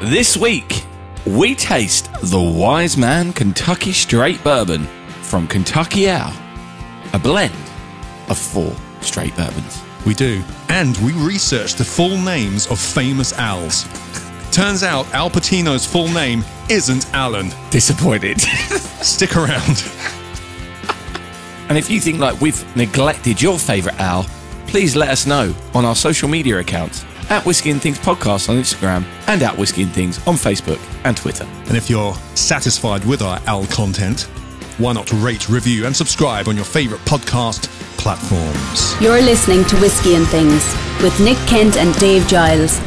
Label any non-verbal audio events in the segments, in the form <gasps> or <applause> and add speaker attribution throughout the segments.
Speaker 1: This week, we taste the Wise Man Kentucky Straight Bourbon from Kentucky Owl, a blend of four straight bourbons.
Speaker 2: We do. And we researched the full names of famous owls. Turns out Al Pacino's full name isn't Alan.
Speaker 1: Disappointed.
Speaker 2: Stick around.
Speaker 1: <laughs> and if you think like we've neglected your favourite owl, please let us know on our social media accounts at Whiskey and Things Podcast on Instagram and at Whiskey and Things on Facebook and Twitter.
Speaker 2: And if you're satisfied with our owl content, why not rate, review, and subscribe on your favourite podcast platforms?
Speaker 3: You're listening to Whiskey and Things with Nick Kent and Dave Giles.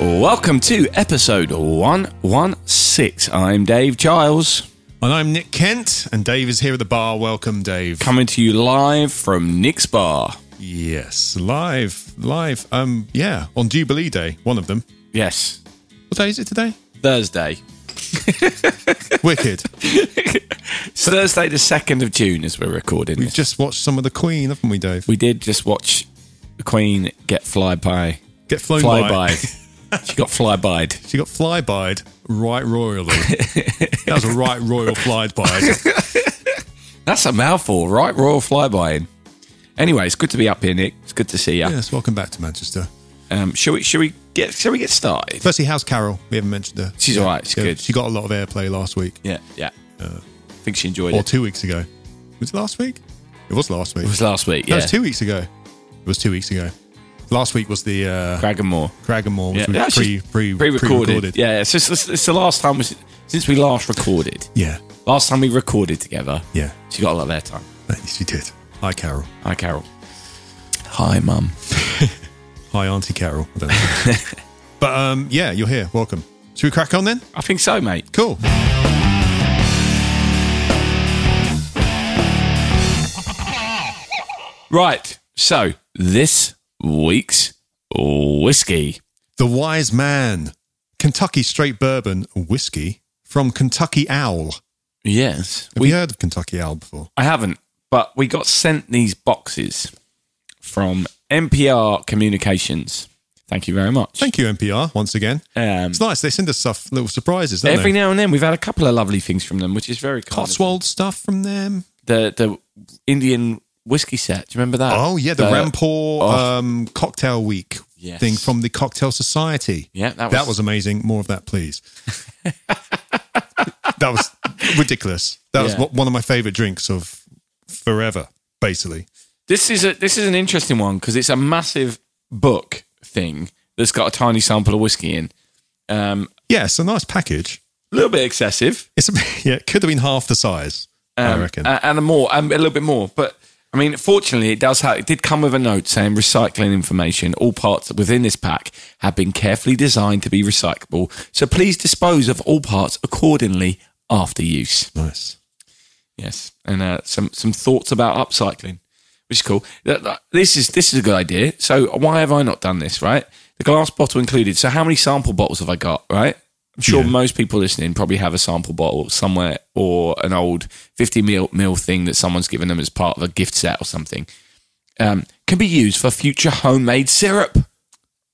Speaker 1: Welcome to episode 116. I'm Dave Giles,
Speaker 2: And I'm Nick Kent, and Dave is here at the bar. Welcome, Dave.
Speaker 1: coming to you live from Nick's Bar.
Speaker 2: Yes, live, live. Um, yeah, on Jubilee Day, one of them.
Speaker 1: Yes,
Speaker 2: What day is it today?
Speaker 1: Thursday.
Speaker 2: Wicked.
Speaker 1: It's Thursday, the 2nd of June, as we're recording
Speaker 2: We've
Speaker 1: this.
Speaker 2: just watched some of the Queen, haven't we, Dave?
Speaker 1: We did just watch the Queen get fly by.
Speaker 2: Get flown
Speaker 1: Fly
Speaker 2: by.
Speaker 1: by. she got fly by.
Speaker 2: She got flybyed right royally. that was a right
Speaker 1: <laughs>
Speaker 2: royal flyby.
Speaker 1: That's a mouthful, right? Royal fly by. Anyway, it's good to be up here, Nick. It's good to see you.
Speaker 2: yes, welcome back to Manchester.
Speaker 1: Um, shall we? Shall we get? Shall we get started?
Speaker 2: Firstly, how's Carol? We haven't mentioned her.
Speaker 1: She's all right. She's
Speaker 2: Yeah,
Speaker 1: good.
Speaker 2: She got a lot of airplay last week
Speaker 1: yeah, yeah. I think she enjoyed
Speaker 2: or
Speaker 1: it.
Speaker 2: two weeks ago. Was it last week? It was last week.
Speaker 1: It was last week. Yeah,
Speaker 2: No, it was two weeks ago. It was two weeks ago. Last week was the uh,
Speaker 1: Dragonmore.
Speaker 2: Cragganmore, which
Speaker 1: Yeah,
Speaker 2: was
Speaker 1: that's
Speaker 2: pre,
Speaker 1: just
Speaker 2: pre,
Speaker 1: pre-recorded.
Speaker 2: pre-recorded.
Speaker 1: Yeah, it's, just, it's, it's the last time we, since we last recorded.
Speaker 2: yeah.
Speaker 1: Last time we recorded together,
Speaker 2: Yeah.
Speaker 1: she got a lot of airtime.
Speaker 2: Yes, she did. Hi, Carol.
Speaker 1: Hi, Carol. Hi, Mum.
Speaker 2: Hi, Auntie Carol. I don't know.
Speaker 1: <laughs>
Speaker 2: but um, yeah, you're here. Welcome. Should we crack on then?
Speaker 1: I think so, mate.
Speaker 2: Cool.
Speaker 1: Right. So this week's whiskey.
Speaker 2: The Wise Man, Kentucky Straight Bourbon Whiskey from Kentucky Owl.
Speaker 1: Yes,
Speaker 2: Have we, you heard of Kentucky Owl before?
Speaker 1: I haven't, but we got sent these boxes from NPR Communications. Thank you very much.
Speaker 2: Thank you, NPR, once again.
Speaker 1: Um,
Speaker 2: It's nice. They send us stuff, little surprises, don't
Speaker 1: every
Speaker 2: they?
Speaker 1: now and then, we've had a couple of lovely things from them, which is very kind. of them.
Speaker 2: Cotswold stuff from them.
Speaker 1: The the Indian whiskey set. Do you remember that?
Speaker 2: Oh, yeah. The Rampore
Speaker 1: oh.
Speaker 2: um, Cocktail Week
Speaker 1: Yes.
Speaker 2: thing from the Cocktail Society.
Speaker 1: Yeah, that was,
Speaker 2: That was amazing. More of that, please. <laughs> that was ridiculous. That was
Speaker 1: Yeah.
Speaker 2: was one of my favorite drinks of forever, basically.
Speaker 1: This is a this is an interesting one because it's a massive book thing that's got a tiny sample of whiskey in. Um,
Speaker 2: Yeah, it's a nice package.
Speaker 1: a little bit excessive.
Speaker 2: It's a, <laughs> yeah, it could have been half the size. I
Speaker 1: um,
Speaker 2: reckon.
Speaker 1: a- and a more, um, a little bit more. But I mean, fortunately, it does have. It did come with a note saying recycling information. All parts within this pack have been carefully designed to be recyclable, so please dispose of all parts accordingly after use.
Speaker 2: nice.
Speaker 1: Yes, and uh, some some thoughts about upcycling, which is cool. That- that- This is this is a good idea. So why have I not done this? Right, the glass bottle included. So how many sample bottles have I got? Right, I'm sure
Speaker 2: Yeah.
Speaker 1: most people listening probably have a sample bottle somewhere or an old fifty mil mil thing that someone's given them as part of a gift set or something. Um, can be used for future homemade syrup.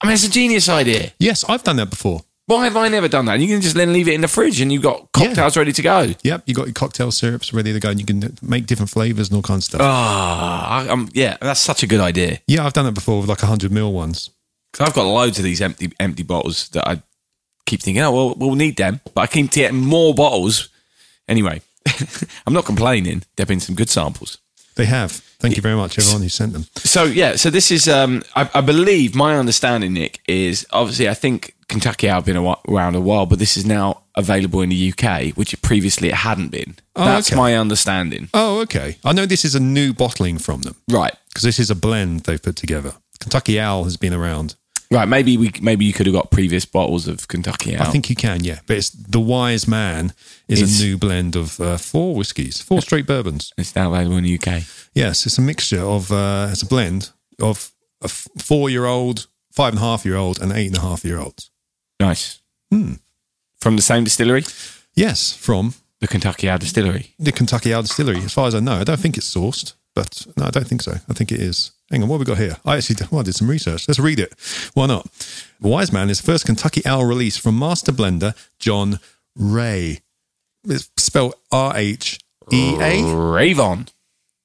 Speaker 1: I mean, it's a genius idea.
Speaker 2: Yes, I've done that before.
Speaker 1: Why have I never done that? You can just then leave it in the fridge and you've got
Speaker 2: Yeah.
Speaker 1: cocktails ready to go.
Speaker 2: Yep, you got your cocktail syrups ready to go, and you can make different flavors and all kinds of stuff.
Speaker 1: Ah, I- um, yeah, that's such a good idea.
Speaker 2: yeah, I've done that before with like hundred mil ones.
Speaker 1: Because I've got loads of these empty empty bottles that I keep thinking, oh, well, we'll need them. But I keep getting more bottles. Anyway, <laughs> I'm not complaining. There have been some good samples.
Speaker 2: They have. Thank you very much, everyone who sent them.
Speaker 1: So, yeah, so this is, um, I, I believe, my understanding, Nick, is obviously I think Kentucky Owl have been a whi- around a while, but this is now available in the UK, which previously it hadn't been.
Speaker 2: Oh,
Speaker 1: That's
Speaker 2: okay.
Speaker 1: my understanding.
Speaker 2: Oh, okay. I know this is a new bottling from them
Speaker 1: Right.
Speaker 2: because this is a blend they've put together. Kentucky Owl has been around.
Speaker 1: Right, maybe we maybe you could have got previous bottles of Kentucky Owl.
Speaker 2: I think you can, yeah. But it's the Wise Man is
Speaker 1: It's-
Speaker 2: a new blend of uh, four whiskies, four straight bourbons.
Speaker 1: it's now available in the UK.
Speaker 2: Yes, it's a mixture of uh, it's a blend of a f- four-year-old, five and a half-year-old, and eight and a half-year-old.
Speaker 1: Nice. Hmm. From the same distillery?
Speaker 2: Yes, from
Speaker 1: The Kentucky Owl Distillery.
Speaker 2: the Kentucky Owl Distillery, as far as I know. I don't think it's sourced, but no, I don't think so. I think it is. Hang on, what have we got here? I actually did, well, I did some research. Let's read it. Why not? Wise Man is the first Kentucky Owl release from master blender John Ray. It's spelled R H E A.
Speaker 1: Ravon.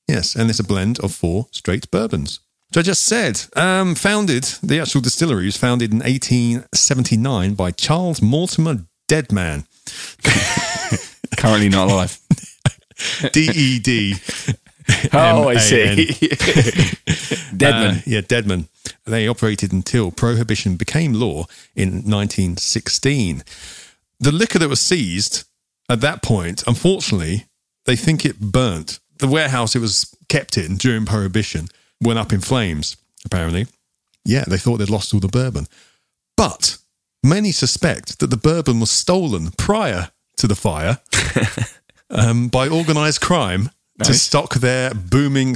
Speaker 2: Yes, and it's a blend of four straight bourbons. So I just said, um, founded, the actual distillery was founded in 1879 by Charles Mortimer Deadman,
Speaker 1: Currently not alive.
Speaker 2: D E D.
Speaker 1: <laughs> oh, I
Speaker 2: M A
Speaker 1: see. <laughs> Deadman.
Speaker 2: Uh, yeah, Deadman. They operated until prohibition became law in 1916. The liquor that was seized at that point, unfortunately, they think it burnt. The warehouse it was kept in during prohibition went up in flames, apparently. Yeah, they thought they'd lost all the bourbon. But many suspect that the bourbon was stolen prior to
Speaker 1: <laughs>
Speaker 2: the fire um, by organized crime to stock their booming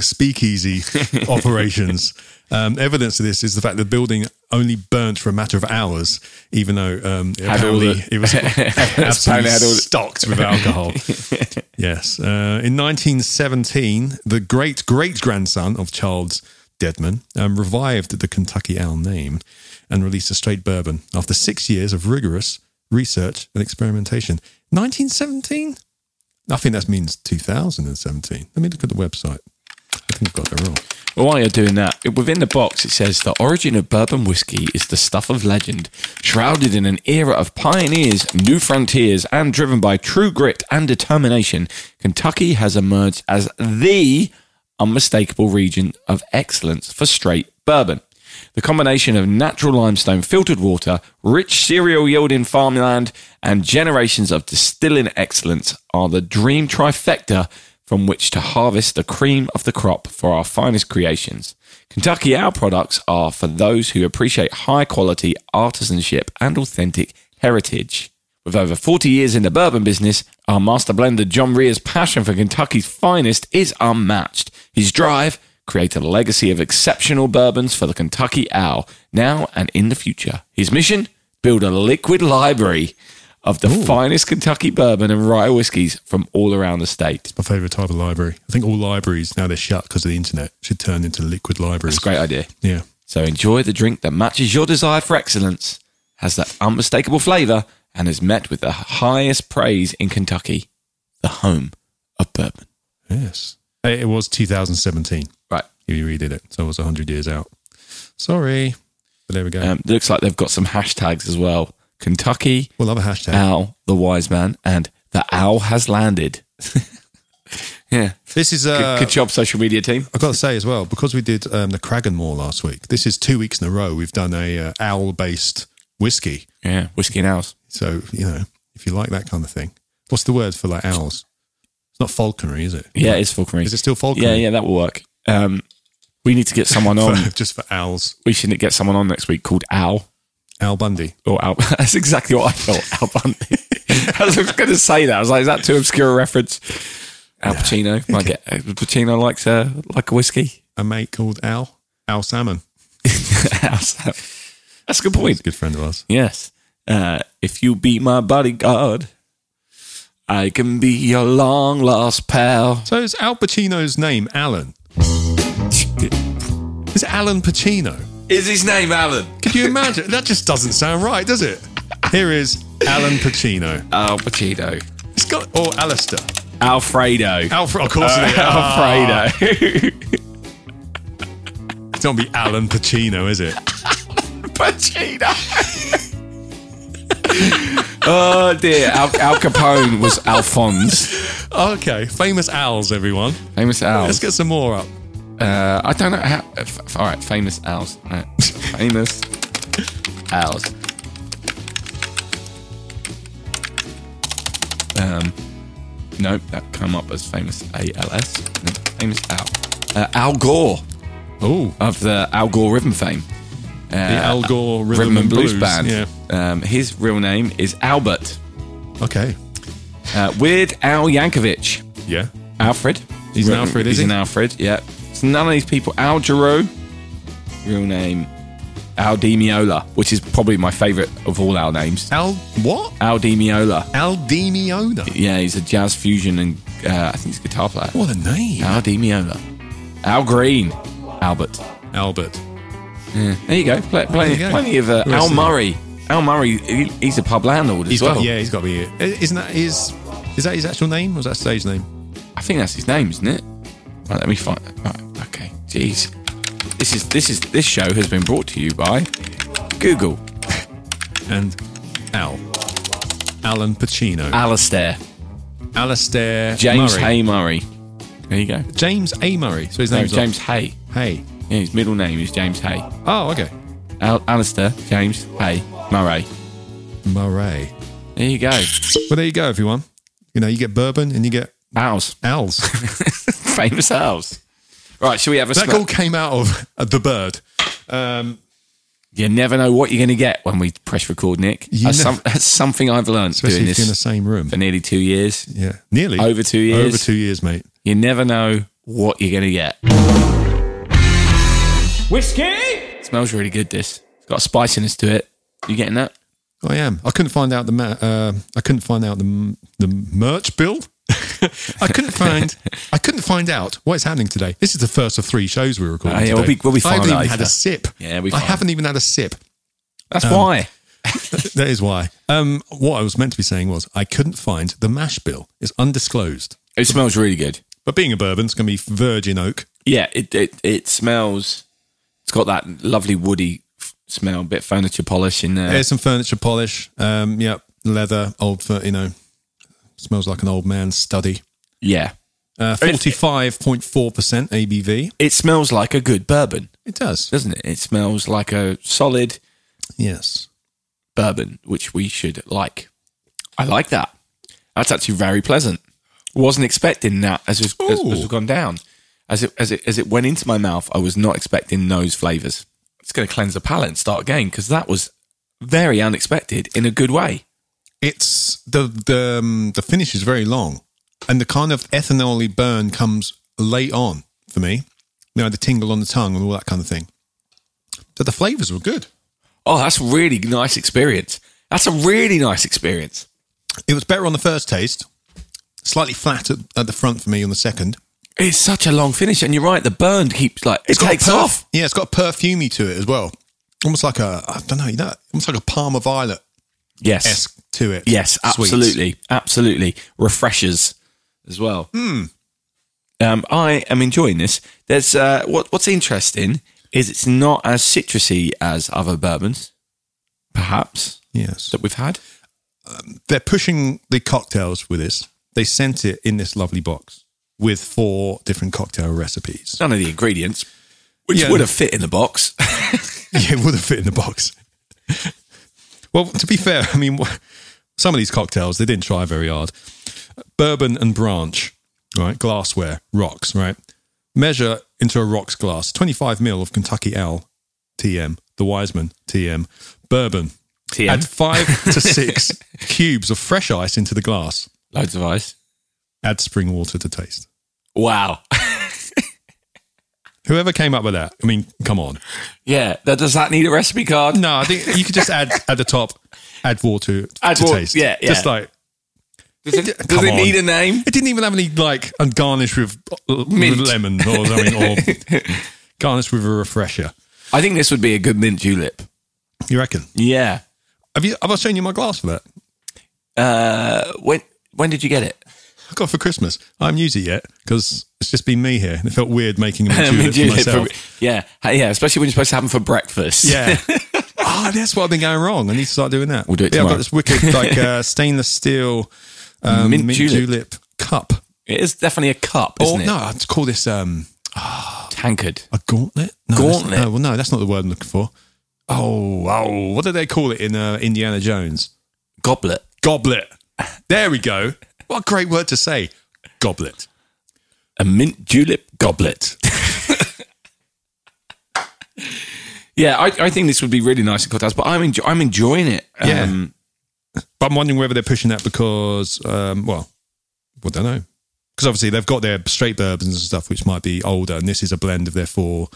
Speaker 1: <laughs>
Speaker 2: speakeasy operations. Um, evidence of this is the fact that the building only burnt for a matter of hours, even though um,
Speaker 1: Had all
Speaker 2: apparently
Speaker 1: the-
Speaker 2: it
Speaker 1: <laughs>
Speaker 2: was <laughs> absolutely
Speaker 1: Apparently had all the-
Speaker 2: stocked with alcohol.
Speaker 1: <laughs>
Speaker 2: yes. Uh, in 1917, the great great grandson of Charles Deadman um, revived the Kentucky Owl name and released a straight bourbon after six years of rigorous research and experimentation. 1917? I think that means 2017. Let me look at the website. I think I've got that wrong.
Speaker 1: Well, while you're doing that, it- within the box it says the origin of bourbon whiskey is the stuff of legend, shrouded in an era of pioneers, new frontiers, and driven by true grit and determination. Kentucky has emerged as the unmistakable region of excellence for straight bourbon. The combination of natural limestone, filtered water, rich cereal yielding farmland, and generations of distilling excellence are the dream trifecta from which to harvest the cream of the crop for our finest creations. Kentucky Owl products are for those who appreciate high quality artisanship and authentic heritage. With over 40 years in the bourbon business, our master blender John Rear's passion for Kentucky's finest is unmatched. His drive created a legacy of exceptional bourbons for the Kentucky Owl, now and in the future. His mission? Build a liquid library of the finest Kentucky bourbon and rye whiskeys from all around the state.
Speaker 2: My favourite type of library. I think all libraries, now they're shut because of the internet, should turn into liquid libraries.
Speaker 1: It's a great idea.
Speaker 2: Yeah.
Speaker 1: So enjoy the drink that matches your desire for excellence, has that unmistakable flavour, and is met with the highest praise in Kentucky, the home of bourbon.
Speaker 2: Yes. It was 2017.
Speaker 1: Right.
Speaker 2: You redid it. So it was 100 years out. Sorry. But there we go.
Speaker 1: Um, looks like they've got some hashtags as well. Kentucky,
Speaker 2: we'll have a hashtag.
Speaker 1: Owl, the Wise Man, and the Owl has landed. <laughs> yeah.
Speaker 2: this is,
Speaker 1: Good,
Speaker 2: uh,
Speaker 1: good job, social media team.
Speaker 2: I've got to say as well, because we did um, the Kraganmore last week, this is two weeks in a row we've done a uh, owl based whiskey.
Speaker 1: Yeah. Whiskey and owls.
Speaker 2: So, you know, if you like that kind of thing, what's the word for like owls? It's not falconry, is it?
Speaker 1: Yeah, it's falconry.
Speaker 2: Is it still falconry?
Speaker 1: Yeah, yeah, that will work. Um, we need to get someone
Speaker 2: For-
Speaker 1: on.
Speaker 2: <laughs> just for owls.
Speaker 1: we should get someone on next week called Owl.
Speaker 2: Al Bundy.
Speaker 1: or Al. <laughs> That's exactly what I thought. Al Bundy. <laughs> I was going to say that. I was like, is that too obscure a reference? Al Pacino. Might get uh, Al Pacino likes a like a whiskey. <laughs>
Speaker 2: A mate called Al. Al Salmon.
Speaker 1: That's a good
Speaker 2: He's
Speaker 1: point.
Speaker 2: a good friend of ours.
Speaker 1: Yes. Uh, if you be my bodyguard, I can be your long lost pal.
Speaker 2: So is Al Pacino's name Alan? Is it Alan Pacino?
Speaker 1: Is his name Alan?
Speaker 2: Could you imagine? that just doesn't sound right, does it? Here is Alan Pacino.
Speaker 1: Al Pacino.
Speaker 2: It's got or Alistair.
Speaker 1: Alfredo.
Speaker 2: Alfred, of course
Speaker 1: Uh,
Speaker 2: it is.
Speaker 1: Alfredo.
Speaker 2: Oh, It's not be Alan Pacino, is it?
Speaker 1: <laughs> Pacino. <laughs> oh dear. Al, Al Capone was Alphonse.
Speaker 2: Okay, famous owls, everyone.
Speaker 1: Famous
Speaker 2: Let's
Speaker 1: owls.
Speaker 2: get some more up.
Speaker 1: Uh, I don't know how. F- f- all right, famous owls. All
Speaker 2: <laughs>
Speaker 1: right. famous owls. Um, nope, that come up as famous A L S. Famous owl. Uh, Al Gore
Speaker 2: Oh,
Speaker 1: of the Al Gore Rhythm fame. Uh,
Speaker 2: the Al Gore Rhythm,
Speaker 1: Rhythm and Blues, Band.
Speaker 2: Yeah.
Speaker 1: Um, his real name is Albert.
Speaker 2: Okay.
Speaker 1: Uh, Weird Al Yankovic.
Speaker 2: Yeah.
Speaker 1: Alfred.
Speaker 2: He's an Alfred, is
Speaker 1: He's
Speaker 2: he?
Speaker 1: an Alfred, yeah. It's none of these people. Al Giroux, real name Al Di Meola, which is probably my favourite of all our names.
Speaker 2: Al what?
Speaker 1: Al Di Meola.
Speaker 2: Al Di Meola.
Speaker 1: Yeah, he's a jazz fusion and uh, I think he's a guitar player.
Speaker 2: What a name.
Speaker 1: Al Di Meola. Al Green. Albert.
Speaker 2: Albert.
Speaker 1: There you go. Pl- plenty,
Speaker 2: There you go.
Speaker 1: plenty of uh,
Speaker 2: We'll
Speaker 1: Al
Speaker 2: see.
Speaker 1: Murray. Al Murray, he, he's a pub landlord as
Speaker 2: He's
Speaker 1: well.
Speaker 2: got, yeah, he's got to be it. Isn't that his? Is that his actual name? Or is that stage name?
Speaker 1: I think that's his name, isn't it? Right, let me find. Right, okay, jeez, this is this is this show has been brought to you by Google.
Speaker 2: And Al, Alan Pacino,
Speaker 1: Alistair,
Speaker 2: Alistair
Speaker 1: James
Speaker 2: Murray.
Speaker 1: Hay Murray. There you go.
Speaker 2: James A Murray. So his
Speaker 1: No,
Speaker 2: name's
Speaker 1: James Hay.
Speaker 2: Not. Hey.
Speaker 1: Yeah, his middle name is James Hay.
Speaker 2: Oh, okay.
Speaker 1: Al- Alistair James Hay Murray.
Speaker 2: Murray.
Speaker 1: There you go.
Speaker 2: Well, there you go, everyone. You know, you get bourbon and you get
Speaker 1: Al's <laughs>
Speaker 2: Al's.
Speaker 1: famous Al's. Right, shall we have a
Speaker 2: that
Speaker 1: smell?
Speaker 2: all came out of uh, the bird. Um,
Speaker 1: You never know what you're going to get when we press record, Nick.
Speaker 2: You
Speaker 1: That's,
Speaker 2: never-
Speaker 1: some, that's something I've learned doing
Speaker 2: especially if
Speaker 1: this
Speaker 2: you're in the same room.
Speaker 1: for nearly two years.
Speaker 2: Yeah, nearly
Speaker 1: Over two years.
Speaker 2: Over two years, mate.
Speaker 1: You never know what you're going to get.
Speaker 4: Whiskey?
Speaker 1: smells really good, this. It's got a spiciness to it. You getting that?
Speaker 2: I am. I couldn't find out the ma- uh, I couldn't find out the m- the merch bill. <laughs> I couldn't find. I couldn't find out what is happening today. This is the first of three shows we're recording.
Speaker 1: Oh, yeah, we'll
Speaker 2: today.
Speaker 1: be- we'll be
Speaker 2: I haven't
Speaker 1: fine
Speaker 2: even had
Speaker 1: later.
Speaker 2: a sip.
Speaker 1: Yeah, we'll be
Speaker 2: I
Speaker 1: fine.
Speaker 2: haven't even had a sip.
Speaker 1: That's why.
Speaker 2: That is why. Um, what I was meant to be saying was I couldn't find the mash bill. It's undisclosed.
Speaker 1: It smells really good.
Speaker 2: But being a bourbon, it's going to be virgin oak.
Speaker 1: Yeah, it, it, it smells. It's got that lovely woody f- smell, bit furniture polish in there.
Speaker 2: There's some furniture polish. Um, yep, leather, old, fur, you know, smells like an old man's study.
Speaker 1: yeah.
Speaker 2: Uh, 45.4% ABV.
Speaker 1: It smells like a good bourbon,
Speaker 2: It does.
Speaker 1: doesn't it? It smells like a solid
Speaker 2: Yes.
Speaker 1: bourbon, which we should like. I like that. That's actually very pleasant. Wasn't expecting that as it, as,
Speaker 2: Ooh.
Speaker 1: as it gone down, as it as it as it went into my mouth. I was not expecting those flavors. It's going to cleanse the palate and start again because that was very unexpected in a good way.
Speaker 2: It's the the um, the finish is very long, and the kind of ethanoly burn comes late on for me. You know, the tingle on the tongue and all that kind of thing. But the flavors were good.
Speaker 1: Oh, that's a really nice experience. That's a really nice experience.
Speaker 2: It was better on the first taste, slightly flat at, at the front for me on the second.
Speaker 1: It's such a long finish, and you're right. The burn keeps like it
Speaker 2: got a
Speaker 1: takes
Speaker 2: perf-
Speaker 1: off.
Speaker 2: Yeah, it's got a perfumey to it as well. Almost like a I don't know, you know, almost like a Palmer Violet
Speaker 1: Yes,
Speaker 2: esque to it.
Speaker 1: Yes,
Speaker 2: Sweet.
Speaker 1: absolutely, absolutely. Refreshers as well. Um, I am enjoying this. There's uh, what what's interesting is it's not as citrusy as other bourbons, perhaps
Speaker 2: Yes,
Speaker 1: that we've had.
Speaker 2: they're pushing the cocktails with this. They sent it in this lovely box with four different cocktail recipes.
Speaker 1: None of the ingredients, which
Speaker 2: Yeah.
Speaker 1: would have fit in the box.
Speaker 2: <laughs> yeah, it would have fit in the box. <laughs> well, to be fair, I mean, wh- some of these cocktails they didn't try very hard. Bourbon and branch, right? Glassware, rocks, right? Measure into a rocks glass, twenty-five mil of Kentucky Owl, TM, the Wiseman TM, bourbon.
Speaker 1: TM.
Speaker 2: Add
Speaker 1: <laughs>
Speaker 2: five to six cubes of fresh ice into the glass.
Speaker 1: <laughs> Loads of ice.
Speaker 2: Add spring water to taste.
Speaker 1: Wow. <laughs>
Speaker 2: Whoever came up with that, I mean, come on.
Speaker 1: yeah. That, does that need a recipe card?
Speaker 2: No, I think you could just add at the top, add water
Speaker 1: Add
Speaker 2: to
Speaker 1: wa-
Speaker 2: taste.
Speaker 1: yeah, yeah.
Speaker 2: Just like
Speaker 1: Does <laughs> it,
Speaker 2: Come
Speaker 1: does it
Speaker 2: on.
Speaker 1: need a name?
Speaker 2: It didn't even have any like and garnish with uh,
Speaker 1: Mint.
Speaker 2: lemon or something,
Speaker 1: <laughs>
Speaker 2: or garnish with a refresher.
Speaker 1: I think this would be a good mint julep.
Speaker 2: You reckon?
Speaker 1: Yeah.
Speaker 2: Have you? Have I shown you my glass for that?
Speaker 1: Uh, when when did you get <laughs> it?
Speaker 2: I got it for Christmas. I haven't used it yet because it's just been me here, and it felt weird making a
Speaker 1: <laughs> I mean,
Speaker 2: mint julep
Speaker 1: do it
Speaker 2: for
Speaker 1: for-
Speaker 2: myself.
Speaker 1: yeah, Hey, yeah, especially when you're supposed to have them for breakfast.
Speaker 2: Yeah. Ah, that's what I've been going wrong. I need to start doing that.
Speaker 1: We'll do it
Speaker 2: Yeah, I've got
Speaker 1: tomorrow.
Speaker 2: this wicked
Speaker 1: <laughs>
Speaker 2: like uh, stainless steel um, mint,
Speaker 1: Mint
Speaker 2: julep.
Speaker 1: julep.
Speaker 2: cup.
Speaker 1: it is definitely a cup,
Speaker 2: Or
Speaker 1: isn't it?
Speaker 2: no, I'd call this um,
Speaker 1: Tankard.
Speaker 2: A gauntlet? No, that's-
Speaker 1: Gauntlet.
Speaker 2: No, well, no, that's not the word I'm looking for. Oh, oh, what do they call it in uh, Indiana Jones?
Speaker 1: Goblet.
Speaker 2: Goblet. There we go. What a great word to say. Goblet.
Speaker 1: A mint julep goblet. <laughs> yeah, I, I think this would be really nice in cocktails, but I'm enjo- I'm enjoying it.
Speaker 2: Yeah.
Speaker 1: Um,
Speaker 2: But I'm wondering whether they're pushing that because, um, well, well, don't know. Because obviously they've got their straight bourbons and stuff, which might be older, and this is a blend of their four,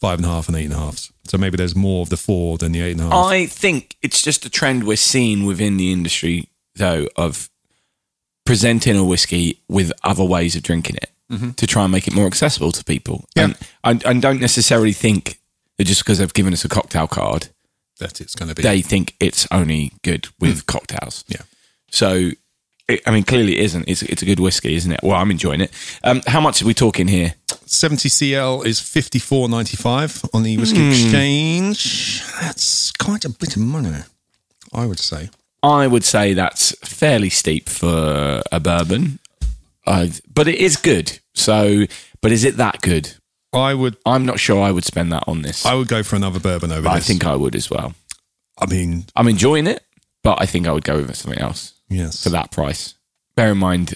Speaker 2: five and a half, and eight and a half. So maybe there's more of the four than the eight and a half.
Speaker 1: I think it's just a trend we're seeing within the industry, though, of presenting a whiskey with other ways of drinking it. to try and make it more accessible to people.
Speaker 2: Mm-hmm. Yeah.
Speaker 1: And I, I don't necessarily think that just because they've given us a cocktail card,
Speaker 2: that it's going to be.
Speaker 1: they think it's only good with
Speaker 2: Mm.
Speaker 1: cocktails.
Speaker 2: yeah.
Speaker 1: So, it, I mean, clearly it isn't. It's, it's a good whiskey, isn't it? Well, I'm enjoying it. Um, how much are we talking here?
Speaker 2: 70 CL is 54.95 on the
Speaker 1: Hmm.
Speaker 2: whiskey exchange. That's quite a bit of money, I would say.
Speaker 1: I would say that's fairly steep for a bourbon, uh, but it is good. So, but is it that good?
Speaker 2: I would
Speaker 1: I'm not sure I would spend that on this.
Speaker 2: I would go for another bourbon over
Speaker 1: But I
Speaker 2: this.
Speaker 1: think I would as well.
Speaker 2: I mean,
Speaker 1: I'm enjoying it, but I think I would go with something else
Speaker 2: yes.
Speaker 1: for that price. Bear in mind,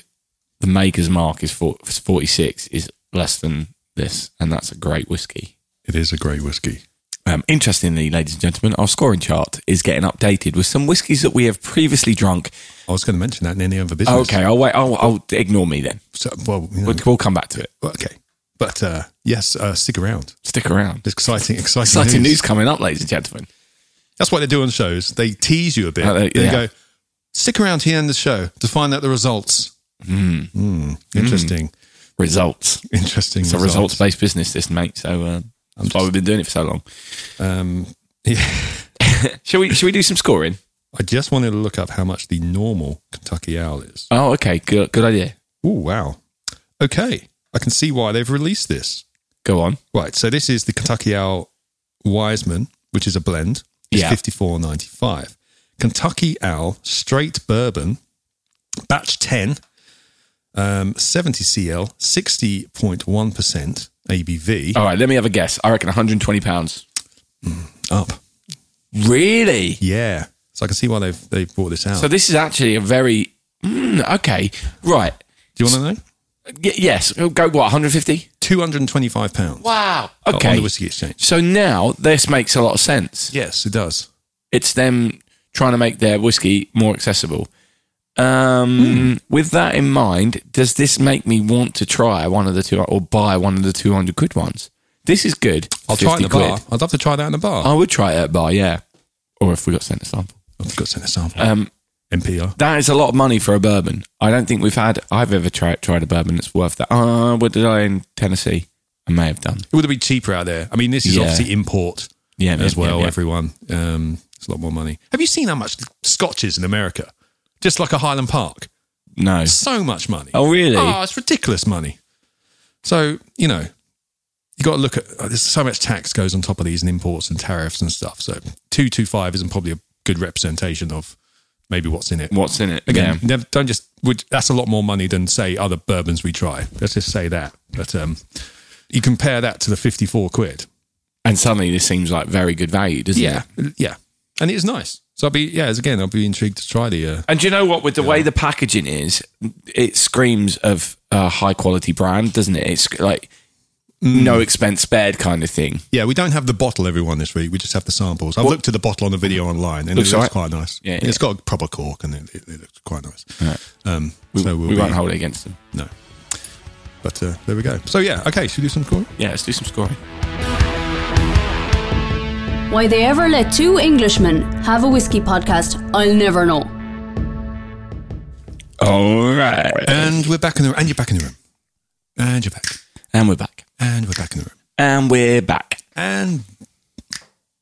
Speaker 1: the maker's mark is for, 46 is less than this, and that's a great whiskey.
Speaker 2: It is a great whiskey.
Speaker 1: Um, interestingly, ladies and gentlemen, our scoring chart is getting updated with some whiskies that we have previously drunk.
Speaker 2: I was going to mention that in any other business.
Speaker 1: Oh, Okay, Mm. I'll wait. I'll, I'll ignore me then.
Speaker 2: So, well, you know,
Speaker 1: We'll, we'll come back to it.
Speaker 2: okay. But uh, yes, uh, stick around.
Speaker 1: Stick around.
Speaker 2: There's exciting, <laughs> exciting,
Speaker 1: Exciting news coming up, ladies and gentlemen.
Speaker 2: That's what they do on shows. They tease you a bit.
Speaker 1: Uh, they-
Speaker 2: they,
Speaker 1: yeah.
Speaker 2: go, stick around here in the show to find out the results.
Speaker 1: Hmm.
Speaker 2: Mm. Interesting.
Speaker 1: Results.
Speaker 2: Interesting.
Speaker 1: It's a results based business, this mate. So uh, that's why we've been doing it for so long. <laughs>
Speaker 2: Um, yeah.
Speaker 1: Shall we? Shall we do some scoring?
Speaker 2: I just wanted to look up how much the normal Kentucky Owl is.
Speaker 1: Oh, okay. Good. Good idea.
Speaker 2: Oh, wow. Okay. I can see why they've released this.
Speaker 1: Go on.
Speaker 2: Right. So this is the Kentucky Owl Wiseman, which is a blend. It's
Speaker 1: Yeah.
Speaker 2: fifty four ninety five. Kentucky Owl Straight Bourbon, batch ten, um, seventy cl, sixty point one percent ABV.
Speaker 1: All right. Let me have a guess. I reckon 120 pounds.
Speaker 2: Up.
Speaker 1: Really?
Speaker 2: Yeah. So I can see why they've they've brought this out.
Speaker 1: So this is actually a very mm, okay. Right.
Speaker 2: Do you want to know?
Speaker 1: Y- yes. Oh, Go what? 150.
Speaker 2: Two hundred and twenty five pounds.
Speaker 1: Wow.
Speaker 2: On the
Speaker 1: Okay.
Speaker 2: whiskey exchange.
Speaker 1: So now this makes a lot of sense.
Speaker 2: Yes, it does.
Speaker 1: It's them trying to make their whiskey more accessible. Um,
Speaker 2: Hmm.
Speaker 1: With that in mind, does this make me want to try one of the two or buy one of the 200 quid ones? This is good.
Speaker 2: I'll try it in
Speaker 1: 50
Speaker 2: a bar.
Speaker 1: quid. Oh.
Speaker 2: I'd love to try that in a bar.
Speaker 1: I would try it at a bar, yeah. Or if we got sent a sample.
Speaker 2: I've got to send a sample.
Speaker 1: Um,
Speaker 2: NPR.
Speaker 1: That is a lot of money for a bourbon. I don't think we've had. I've ever tried tried a bourbon that's worth that. Uh, what did I in Tennessee? I may have done.
Speaker 2: It would have been cheaper out there. I mean, this is
Speaker 1: Yeah.
Speaker 2: obviously import
Speaker 1: Yeah,
Speaker 2: as
Speaker 1: yeah,
Speaker 2: well,
Speaker 1: yeah.
Speaker 2: everyone. Um, it's a lot more money. Have you seen how much scotch is in America? Just like a Highland Park.
Speaker 1: No.
Speaker 2: So much money.
Speaker 1: Oh really?
Speaker 2: Oh, it's ridiculous money. So, you know, you got to look at oh, there's so much tax goes on top of these and imports and tariffs and stuff. So, 225 isn't probably a good representation of maybe what's in it.
Speaker 1: What's in it?
Speaker 2: Again,
Speaker 1: Yeah.
Speaker 2: never, don't just. Would, that's a lot more money than say other bourbons we try. Let's just say that. But um, you compare that to the fifty-four quid.
Speaker 1: And suddenly this seems like very good value, doesn't it?
Speaker 2: yeah, and it is nice. So I'll be yeah. As again, I'll be intrigued to try the. Uh,
Speaker 1: And do you know what? With the way the packaging is, it screams of a high quality brand, doesn't it? It's like no expense spared kind of thing.
Speaker 2: yeah, we don't have the bottle, everyone, this week. We just have the samples. I've looked at the bottle on the video online, and
Speaker 1: Looks
Speaker 2: it looks
Speaker 1: alright.
Speaker 2: quite nice.
Speaker 1: Yeah,
Speaker 2: And
Speaker 1: yeah.
Speaker 2: it's got a proper cork, and it, it, it looks quite nice. Um,
Speaker 1: We,
Speaker 2: so we'll
Speaker 1: we
Speaker 2: be,
Speaker 1: won't hold it against them.
Speaker 2: No, but uh, there we go. So yeah, okay. Should we do some cork?
Speaker 1: Yeah, let's do some scoring.
Speaker 3: Why they ever let two Englishmen have a whiskey podcast, I'll never know.
Speaker 1: All right.
Speaker 2: And we're back in the and you're back in the room, and you're back,
Speaker 1: And we're back.
Speaker 2: and we're back in the room.
Speaker 1: And we're back
Speaker 2: And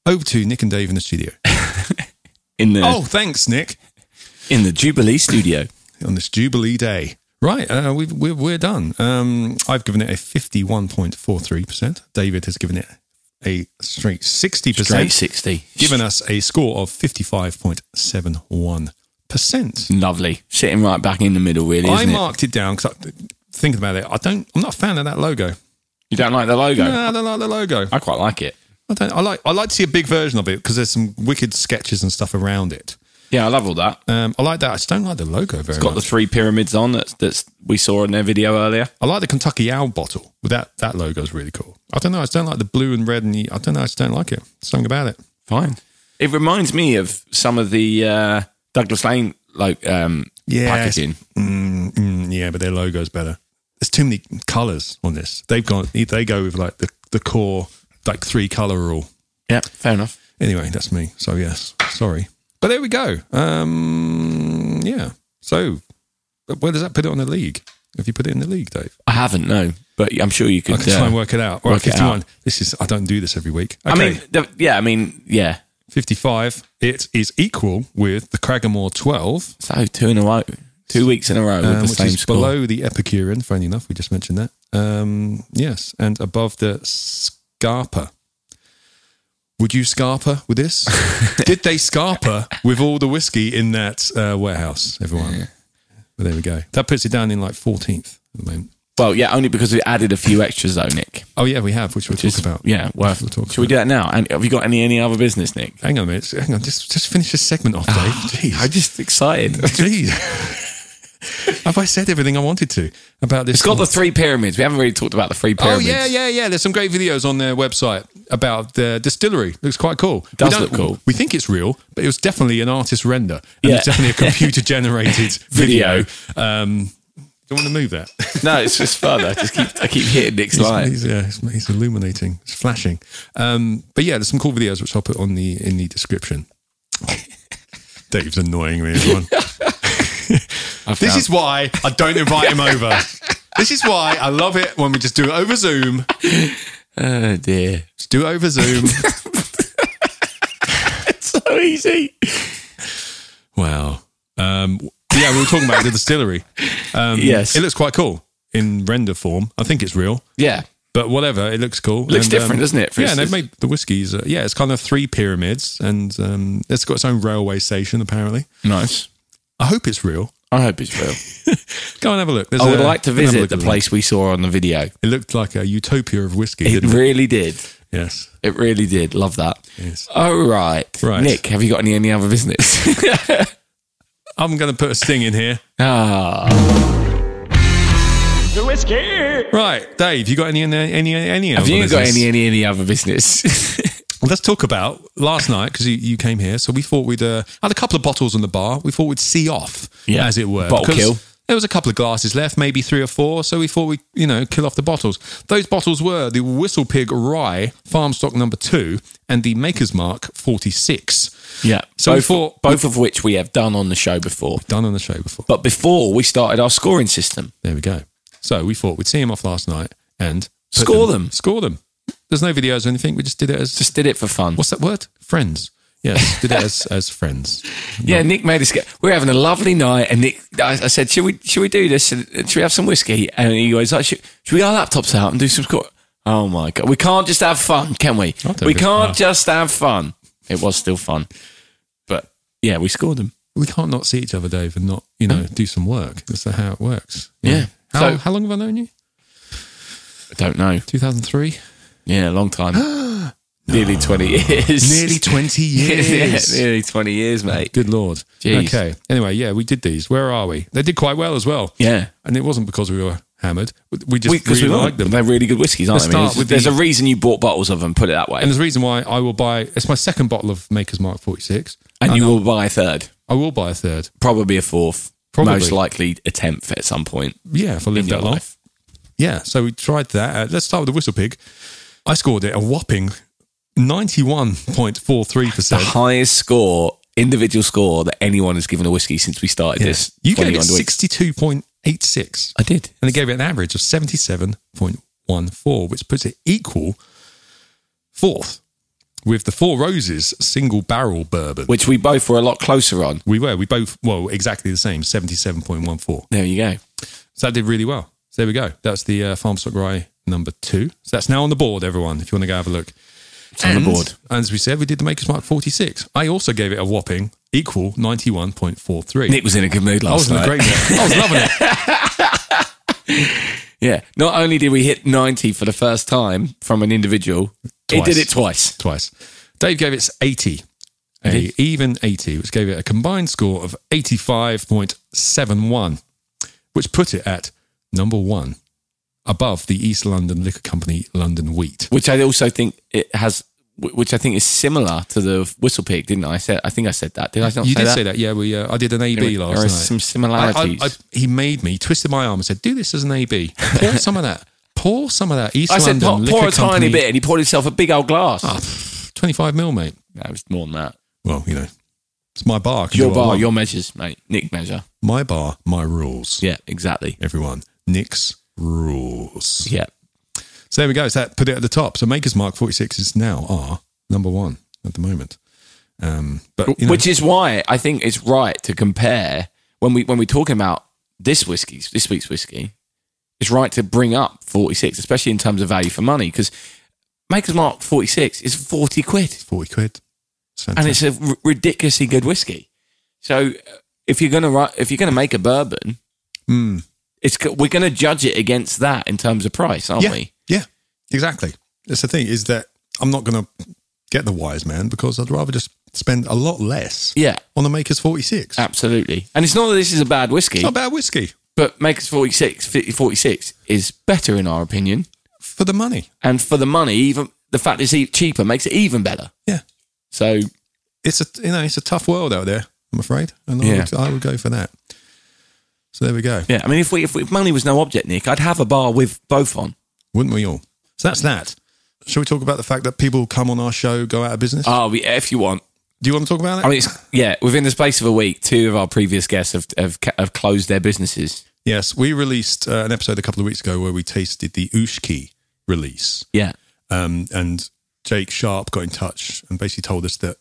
Speaker 2: over to Nick and Dave in
Speaker 1: <laughs>
Speaker 2: the studio.
Speaker 1: in the
Speaker 2: oh, thanks, Nick.
Speaker 1: in the Jubilee <laughs> studio.
Speaker 2: On this Jubilee day. Right, uh, we've, we're, we're done. Um, I've given it a 51.43%. David has given it a straight 60%,
Speaker 1: Straight sixty.
Speaker 2: giving us a score of 55.71%.
Speaker 1: Lovely. Sitting right back in the middle, really.
Speaker 2: I
Speaker 1: Isn't it?
Speaker 2: marked it down because thinking about it, I don't. I'm not a fan of that logo.
Speaker 1: You don't like the logo?
Speaker 2: No, I don't like the logo.
Speaker 1: I quite like it.
Speaker 2: I don't. I like. I like to see a big version of it because there's some wicked sketches and stuff around it.
Speaker 1: Yeah, I love all that.
Speaker 2: Um, I like that. I just don't like the logo very
Speaker 1: It's got
Speaker 2: much.
Speaker 1: the three pyramids on that that's, we saw in their video earlier.
Speaker 2: I like the Kentucky Owl bottle. With that, that logo is really cool. I don't know. I just don't like the blue and red, and the, I don't know. I just don't like it. Something about it.
Speaker 1: Fine. It reminds me of some of the uh, Douglas Lane like um,
Speaker 2: Yes.
Speaker 1: packaging.
Speaker 2: Mm, mm, yeah, but their logo's better. There's too many colors on this. They've gone. They go with like the the core like three color rule.
Speaker 1: Yeah, fair enough.
Speaker 2: Anyway, that's me. So yes, sorry. But there we go. Um, yeah. So, but where does that put it on the league? Have you put it in the league, Dave?
Speaker 1: I haven't, no, but I'm sure you
Speaker 2: I
Speaker 1: could.
Speaker 2: can
Speaker 1: uh,
Speaker 2: try and work it out. All right,
Speaker 1: work it
Speaker 2: 51.
Speaker 1: out.
Speaker 2: This is, I don't do this every week.
Speaker 1: uh, I
Speaker 2: Okay.
Speaker 1: mean, the, yeah, I mean, yeah.
Speaker 2: 55. It is equal with the Cragamore 12,
Speaker 1: So two in a row, two weeks in a row with
Speaker 2: um,
Speaker 1: the
Speaker 2: which
Speaker 1: same
Speaker 2: is
Speaker 1: score.
Speaker 2: below the Epicurean, funny enough. We just mentioned that. Um, yes, and above the Scarpa. Would you Scarpa
Speaker 1: <laughs>
Speaker 2: with this? Did they Scarpa with all the whiskey in that uh, warehouse, everyone? But there we go. That puts it down in like 14th at the moment.
Speaker 1: Well, yeah, only because we added a few extras though, Nick.
Speaker 2: Oh, yeah, we have, which we'll
Speaker 1: Just
Speaker 2: talk about.
Speaker 1: yeah, well,
Speaker 2: We'll talk
Speaker 1: should we do that now? And have you got any any other business, Nick?
Speaker 2: Hang on a minute. Hang on. Just, just finish this segment
Speaker 1: Ah,
Speaker 2: off, Dave. Jeez.
Speaker 1: I'm just excited.
Speaker 2: Jeez. Have I said everything I wanted to about this?
Speaker 1: It's got the three pyramids. We haven't really talked about the three
Speaker 2: Oh
Speaker 1: pyramids.
Speaker 2: yeah, yeah, yeah. There's some great videos on their website about the distillery. Looks quite cool. We
Speaker 1: Does
Speaker 2: don't-
Speaker 1: look cool.
Speaker 2: We think it's real, but it was definitely an artist render. And
Speaker 1: Yeah.
Speaker 2: it's definitely
Speaker 1: <laughs>
Speaker 2: a computer generated video.
Speaker 1: Video.
Speaker 2: Um, don't want to move that. <laughs>
Speaker 1: No, it's just fun. I just keep I keep hitting Nick's line.
Speaker 2: He's, yeah, he's, he's illuminating. It's flashing. Um, but yeah, there's some cool videos which I'll put on the in
Speaker 1: <laughs>
Speaker 2: the description. Dave's annoying me. Everyone. this is why I don't invite him over. This is why I love it when we just do it over Zoom.
Speaker 1: Oh dear,
Speaker 2: Just do it over Zoom.
Speaker 1: it's so easy.
Speaker 2: <laughs> wow. Um, yeah, we were talking about the distillery. Um,
Speaker 1: Yes.
Speaker 2: it looks quite cool in render form. I think it's real.
Speaker 1: Yeah,
Speaker 2: But whatever, it looks cool.
Speaker 1: Looks different, doesn't it, for
Speaker 2: yeah, and they've
Speaker 1: instance?
Speaker 2: made the whiskies. Uh, yeah, it's kind of three pyramids, and um, it's got its own railway station. Apparently,
Speaker 1: nice.
Speaker 2: I hope it's real.
Speaker 1: I hope it's real.
Speaker 2: Go and have a look. There's
Speaker 1: I would
Speaker 2: a-
Speaker 1: like to
Speaker 2: go and have a
Speaker 1: visit
Speaker 2: look
Speaker 1: the
Speaker 2: at
Speaker 1: place we saw on the video.
Speaker 2: It looked like a utopia of whiskey.
Speaker 1: It
Speaker 2: didn't it?
Speaker 1: really did.
Speaker 2: Yes.
Speaker 1: It really did. Love that.
Speaker 2: Yes.
Speaker 1: All right.
Speaker 2: Right.
Speaker 1: Nick, have you got any any other business? <laughs>
Speaker 2: I'm going to put a sting in here.
Speaker 1: ah,
Speaker 4: The whiskey!
Speaker 2: Right, Dave, you got any any any any?
Speaker 1: have you got any any any other business?
Speaker 2: Let's talk about last night because you, you came here, so we thought we'd uh, had a couple of bottles on the bar. We thought we'd see off,
Speaker 1: Yeah.
Speaker 2: as it were.
Speaker 1: Bottle
Speaker 2: because
Speaker 1: kill.
Speaker 2: There was a couple of glasses left, maybe three or four, so we thought we you know kill off the bottles. Those bottles were the Whistle Pig Rye Farm Stock Number Two and the Maker's Mark Forty
Speaker 1: <laughs>
Speaker 2: Six.
Speaker 1: yeah. So
Speaker 2: So we
Speaker 1: both,
Speaker 2: thought-
Speaker 1: both of which we have done on the show before.
Speaker 2: Done on the show before.
Speaker 1: But before we started our scoring system,
Speaker 2: There we go. So we thought we'd see him off last night and put
Speaker 1: Score them.
Speaker 2: Score them. There's no videos or anything. We just did it as
Speaker 1: just did it for fun.
Speaker 2: what's that word? Friends. Yes, did it
Speaker 1: <laughs>
Speaker 2: as, as friends.
Speaker 1: Yeah, Nick made us. Go, we were having a lovely night, and Nick, I, I said, "Should we? Should we do this? Should, should we have some whiskey?" And he goes, like, should, "Should we get our laptops out and do some score?" Oh my god, we can't just have fun, can we?
Speaker 2: I don't
Speaker 1: We
Speaker 2: think-
Speaker 1: can't
Speaker 2: no.
Speaker 1: just have fun. It was still fun, but yeah, we scored them.
Speaker 2: We can't not see each other, Dave, and not you know do some work. That's how it works.
Speaker 1: Hmm? Yeah.
Speaker 2: How,
Speaker 1: So-
Speaker 2: how long have I known you?
Speaker 1: I don't know.
Speaker 2: 2003.
Speaker 1: Yeah, a long
Speaker 2: <gasps>
Speaker 1: time. Nearly twenty years. <laughs>
Speaker 2: <laughs> 20
Speaker 1: yeah, nearly twenty years, mate.
Speaker 2: Good lord.
Speaker 1: Jeez.
Speaker 2: Okay. Anyway, yeah, we did these. Where are we? They did quite well as well.
Speaker 1: Yeah.
Speaker 2: And it wasn't because we were hammered. We just
Speaker 1: Because
Speaker 2: really
Speaker 1: we, like
Speaker 2: liked
Speaker 1: them.
Speaker 2: them.
Speaker 1: They're really good whiskies, aren't
Speaker 2: Let's
Speaker 1: they? I mean,
Speaker 2: start with
Speaker 1: there's
Speaker 2: the-
Speaker 1: a reason you bought bottles of them, put it that way.
Speaker 2: And
Speaker 1: And,
Speaker 2: there's a reason why I will buy. It's my second bottle of Maker's Mark 46.
Speaker 1: you will buy a third,
Speaker 2: I will buy a third.
Speaker 1: probably a fourth,
Speaker 2: Probably.
Speaker 1: most likely a tenth at some point.
Speaker 2: Yeah, if I live
Speaker 1: in
Speaker 2: that
Speaker 1: your
Speaker 2: long.
Speaker 1: life.
Speaker 2: Yeah, so we tried that. Uh, let's start with the Whistle Pig. I scored it a whopping 91.43%.
Speaker 1: <laughs> The highest score, individual score that anyone has given a whiskey since we started this.
Speaker 2: You gave it
Speaker 1: 21 weeks.
Speaker 2: 62.86.
Speaker 1: I did.
Speaker 2: And they gave it an average of 77.14, which puts it equal fourth with the Four Roses single barrel bourbon.
Speaker 1: Which we both were a lot closer on.
Speaker 2: We were, we both, well, exactly the same, 77.14.
Speaker 1: There you go.
Speaker 2: So that did really well. So there we go. That's the uh, Farm Stock Rye number two. So that's now on the board, everyone, if you want to go have a look.
Speaker 1: It's on the board.
Speaker 2: And as we said, we did the Maker's Mark 46. I also gave it a whopping equal 91.43.
Speaker 1: Nick was in a good mood
Speaker 2: I
Speaker 1: last
Speaker 2: was in
Speaker 1: night.
Speaker 2: a great mood. I was loving it.
Speaker 1: <laughs> yeah. Not only did we hit 90 for the first time from an individual,
Speaker 2: Twice.
Speaker 1: it did it twice.
Speaker 2: twice. Dave gave it 80, a even 80, which gave it a combined score of 85.71, which put it at number one above the East London Liquor Company London Wheat.
Speaker 1: Which I also think it has, wh- which I think is similar to the whistle pig, didn't I? I, said, I think I said that. Did I not
Speaker 2: You
Speaker 1: say
Speaker 2: did
Speaker 1: that?
Speaker 2: say that, yeah. We uh, I did an AB
Speaker 1: There
Speaker 2: last
Speaker 1: are
Speaker 2: night.
Speaker 1: some
Speaker 2: I- I-
Speaker 1: similarities.
Speaker 2: I- he made me twisted my arm and said, "Do this as an AB. Pour some of that. <laughs> Pour some of that East
Speaker 1: I said,
Speaker 2: London
Speaker 1: pour, pour
Speaker 2: Liquor
Speaker 1: a tiny
Speaker 2: Company-
Speaker 1: bit, and he poured himself a big old glass.
Speaker 2: Ah, pff, 25 mil, mate.
Speaker 1: No, it was more than that.
Speaker 2: Well, you know, it's my bar. I can do
Speaker 1: Your
Speaker 2: what I
Speaker 1: bar,
Speaker 2: want.
Speaker 1: your measures, mate. Nick measure.
Speaker 2: my bar, my rules.
Speaker 1: Yeah, exactly.
Speaker 2: everyone. Nick's Rules.
Speaker 1: Yeah.
Speaker 2: So there we go. So that put it at the top. So Maker's Mark 46 is now our number one at the moment. Um, but you know,
Speaker 1: Which is why I think it's right to compare when we when we're talking about this whiskey, this week's whiskey. It's right to bring up 46, especially in terms of value for money, because Maker's Mark 46 is 40 quid.
Speaker 2: 40 quid. It's
Speaker 1: and
Speaker 2: fantastic.
Speaker 1: it's a r- ridiculously good whiskey. So uh, if you're gonna ri- if you're gonna make a bourbon, Hmm.
Speaker 2: Mm.
Speaker 1: it's go- we're gonna judge it against that in terms of price, aren't
Speaker 2: yeah,
Speaker 1: we?
Speaker 2: yeah, exactly. That's the thing is that I'm not going to get the wise man because I'd rather just spend a lot less
Speaker 1: Yeah,
Speaker 2: on the Maker's
Speaker 1: Ah.
Speaker 2: 46.
Speaker 1: absolutely. And it's not that this is a bad whiskey,
Speaker 2: It's not bad whiskey
Speaker 1: but Maker's 46, 50, 46 is better in our opinion,
Speaker 2: for the money.
Speaker 1: and for the money, even the fact it's e- cheaper makes it even better.
Speaker 2: Yeah.
Speaker 1: So
Speaker 2: it's a you know it's a tough world out there. I'm afraid, and I,
Speaker 1: Yeah.
Speaker 2: would, I would go for that. So there we go,
Speaker 1: yeah, I mean, if we if, we, if money was no object, Nick, I'd have a bar with both on.
Speaker 2: wouldn't we all? So that's that. Shall we talk about the fact that people come on our show, go out of business?
Speaker 1: Oh, yeah, if you want.
Speaker 2: Do you want to talk about it?
Speaker 1: I mean, it's, Oh, yeah, within the space of a week, two of our previous guests have have, ca- have closed their businesses.
Speaker 2: yes, we released uh, an episode a couple of weeks ago where we tasted the Ushki release,
Speaker 1: Yeah.
Speaker 2: um, and Jake Sharp got in touch and basically told us that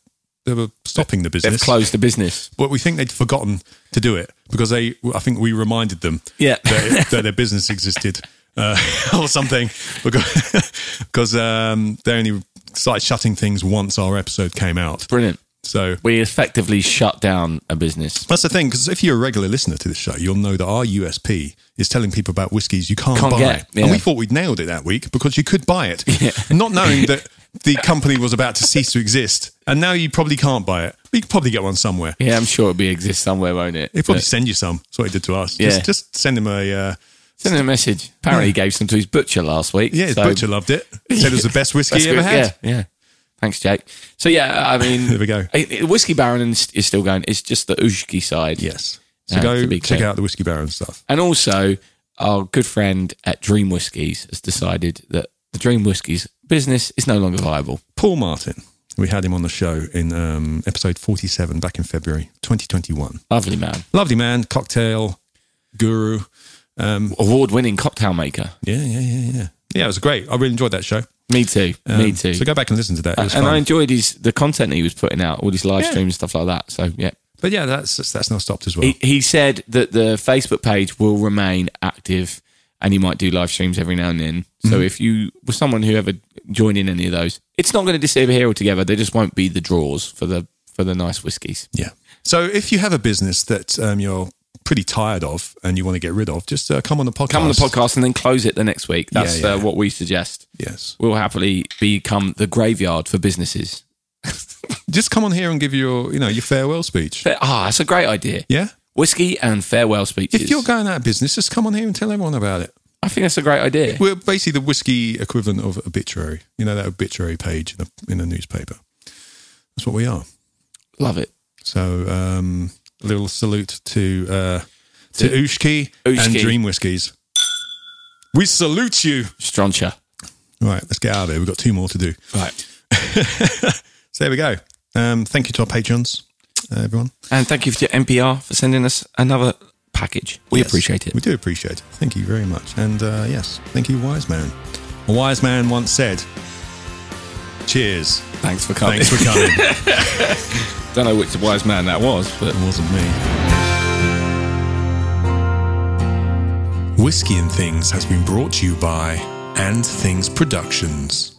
Speaker 2: they were stopping the
Speaker 1: They've
Speaker 2: business.
Speaker 1: closed the business.
Speaker 2: Well, we think they'd forgotten to do it because they. I think we reminded them.
Speaker 1: Yeah.
Speaker 2: that, that their business existed uh, <laughs> or something because <laughs> because um, they only started shutting things once our episode came out.
Speaker 1: Brilliant.
Speaker 2: So
Speaker 1: We effectively shut down a business.
Speaker 2: that's the thing because if you're a regular listener to this show, you'll know that our USP is telling people about whiskies you can't,
Speaker 1: Can't
Speaker 2: buy.
Speaker 1: get, yeah.
Speaker 2: And we thought we'd nailed it that week because you could buy it, <laughs> not knowing that the company was about to cease to exist, and now you probably can't buy it. But you could probably get one somewhere.
Speaker 1: Yeah, I'm sure it'll be exist somewhere, won't it?
Speaker 2: He'll probably
Speaker 1: But
Speaker 2: send you some. That's what he did to us.
Speaker 1: Yeah.
Speaker 2: Just, just send him a. Uh,
Speaker 1: send him a message. Apparently, he gave some to his butcher last week.
Speaker 2: yeah, his
Speaker 1: so-
Speaker 2: butcher
Speaker 1: <laughs>
Speaker 2: loved it. Said it was the best whiskey
Speaker 1: That's
Speaker 2: he ever
Speaker 1: good.
Speaker 2: had.
Speaker 1: Yeah, yeah. Thanks, Jake. So yeah,
Speaker 2: <laughs>
Speaker 1: I mean,
Speaker 2: There we go.
Speaker 1: it- it- Whiskey Baron is is still going. It's just the Ushki side.
Speaker 2: Yes. So
Speaker 1: Uh,
Speaker 2: go
Speaker 1: to be
Speaker 2: check
Speaker 1: clear.
Speaker 2: out the Whiskey Baron stuff.
Speaker 1: And also, our good friend at Dream Whiskies has decided that the Dream Whiskies business is no longer viable.
Speaker 2: Paul Martin. We had him on the show in um, episode 47 back in February 2021.
Speaker 1: Lovely man,
Speaker 2: Lovely man, cocktail guru.
Speaker 1: award-winning cocktail maker.
Speaker 2: Yeah, yeah, yeah, yeah. Yeah, it was great. I really enjoyed that show.
Speaker 1: Me too.
Speaker 2: Um,
Speaker 1: Me too.
Speaker 2: So go back and listen to that. It was
Speaker 1: and
Speaker 2: fun.
Speaker 1: I enjoyed his the content he was putting out, all his live
Speaker 2: Yeah.
Speaker 1: streams and stuff like that. So yeah,
Speaker 2: but yeah, that's that's now stopped as well.
Speaker 1: he, he said that the Facebook page will remain active, and he might do live streams every now and then. So if you were someone who ever joined in any of those, it's not going to disappear altogether. They just won't be the draws for the for the nice whiskies.
Speaker 2: yeah. So if you have a business that um, you're pretty tired of and you want to get rid of, just uh, come on the podcast.
Speaker 1: Come on the podcast and then close it the next week. That's
Speaker 2: Yeah, yeah.
Speaker 1: Uh, what we suggest.
Speaker 2: Yes.
Speaker 1: We'll happily become the graveyard for businesses.
Speaker 2: Just come on here and give your, you know, your farewell speech.
Speaker 1: But, ah, that's a great idea.
Speaker 2: Yeah.
Speaker 1: Whiskey and farewell speeches.
Speaker 2: If you're going out of business, just come on here and tell everyone about it.
Speaker 1: I think that's a great idea.
Speaker 2: We're basically the whiskey equivalent of obituary. You know that obituary page in a, in a newspaper. That's what we are.
Speaker 1: Love it.
Speaker 2: So um, a little salute to uh, to Ushki and
Speaker 1: Ushki.
Speaker 2: Dream Whiskies. We salute you.
Speaker 1: Stroncha.
Speaker 2: All right, let's get out of here. We've got two more to do.
Speaker 1: Right.
Speaker 2: So there we go. Um, thank you to our patrons, uh, everyone.
Speaker 1: And thank you to NPR for sending us another package. We
Speaker 2: Yes,
Speaker 1: appreciate it.
Speaker 2: We do appreciate it. Thank you very much. And uh, yes, thank you, wise man. A wise man once said, "Cheers."
Speaker 1: Thanks for coming.
Speaker 2: Thanks for coming.
Speaker 1: <laughs> Don't know which wise man that was, but
Speaker 2: It wasn't me. Whiskey and Things has been brought to you by And Things Productions.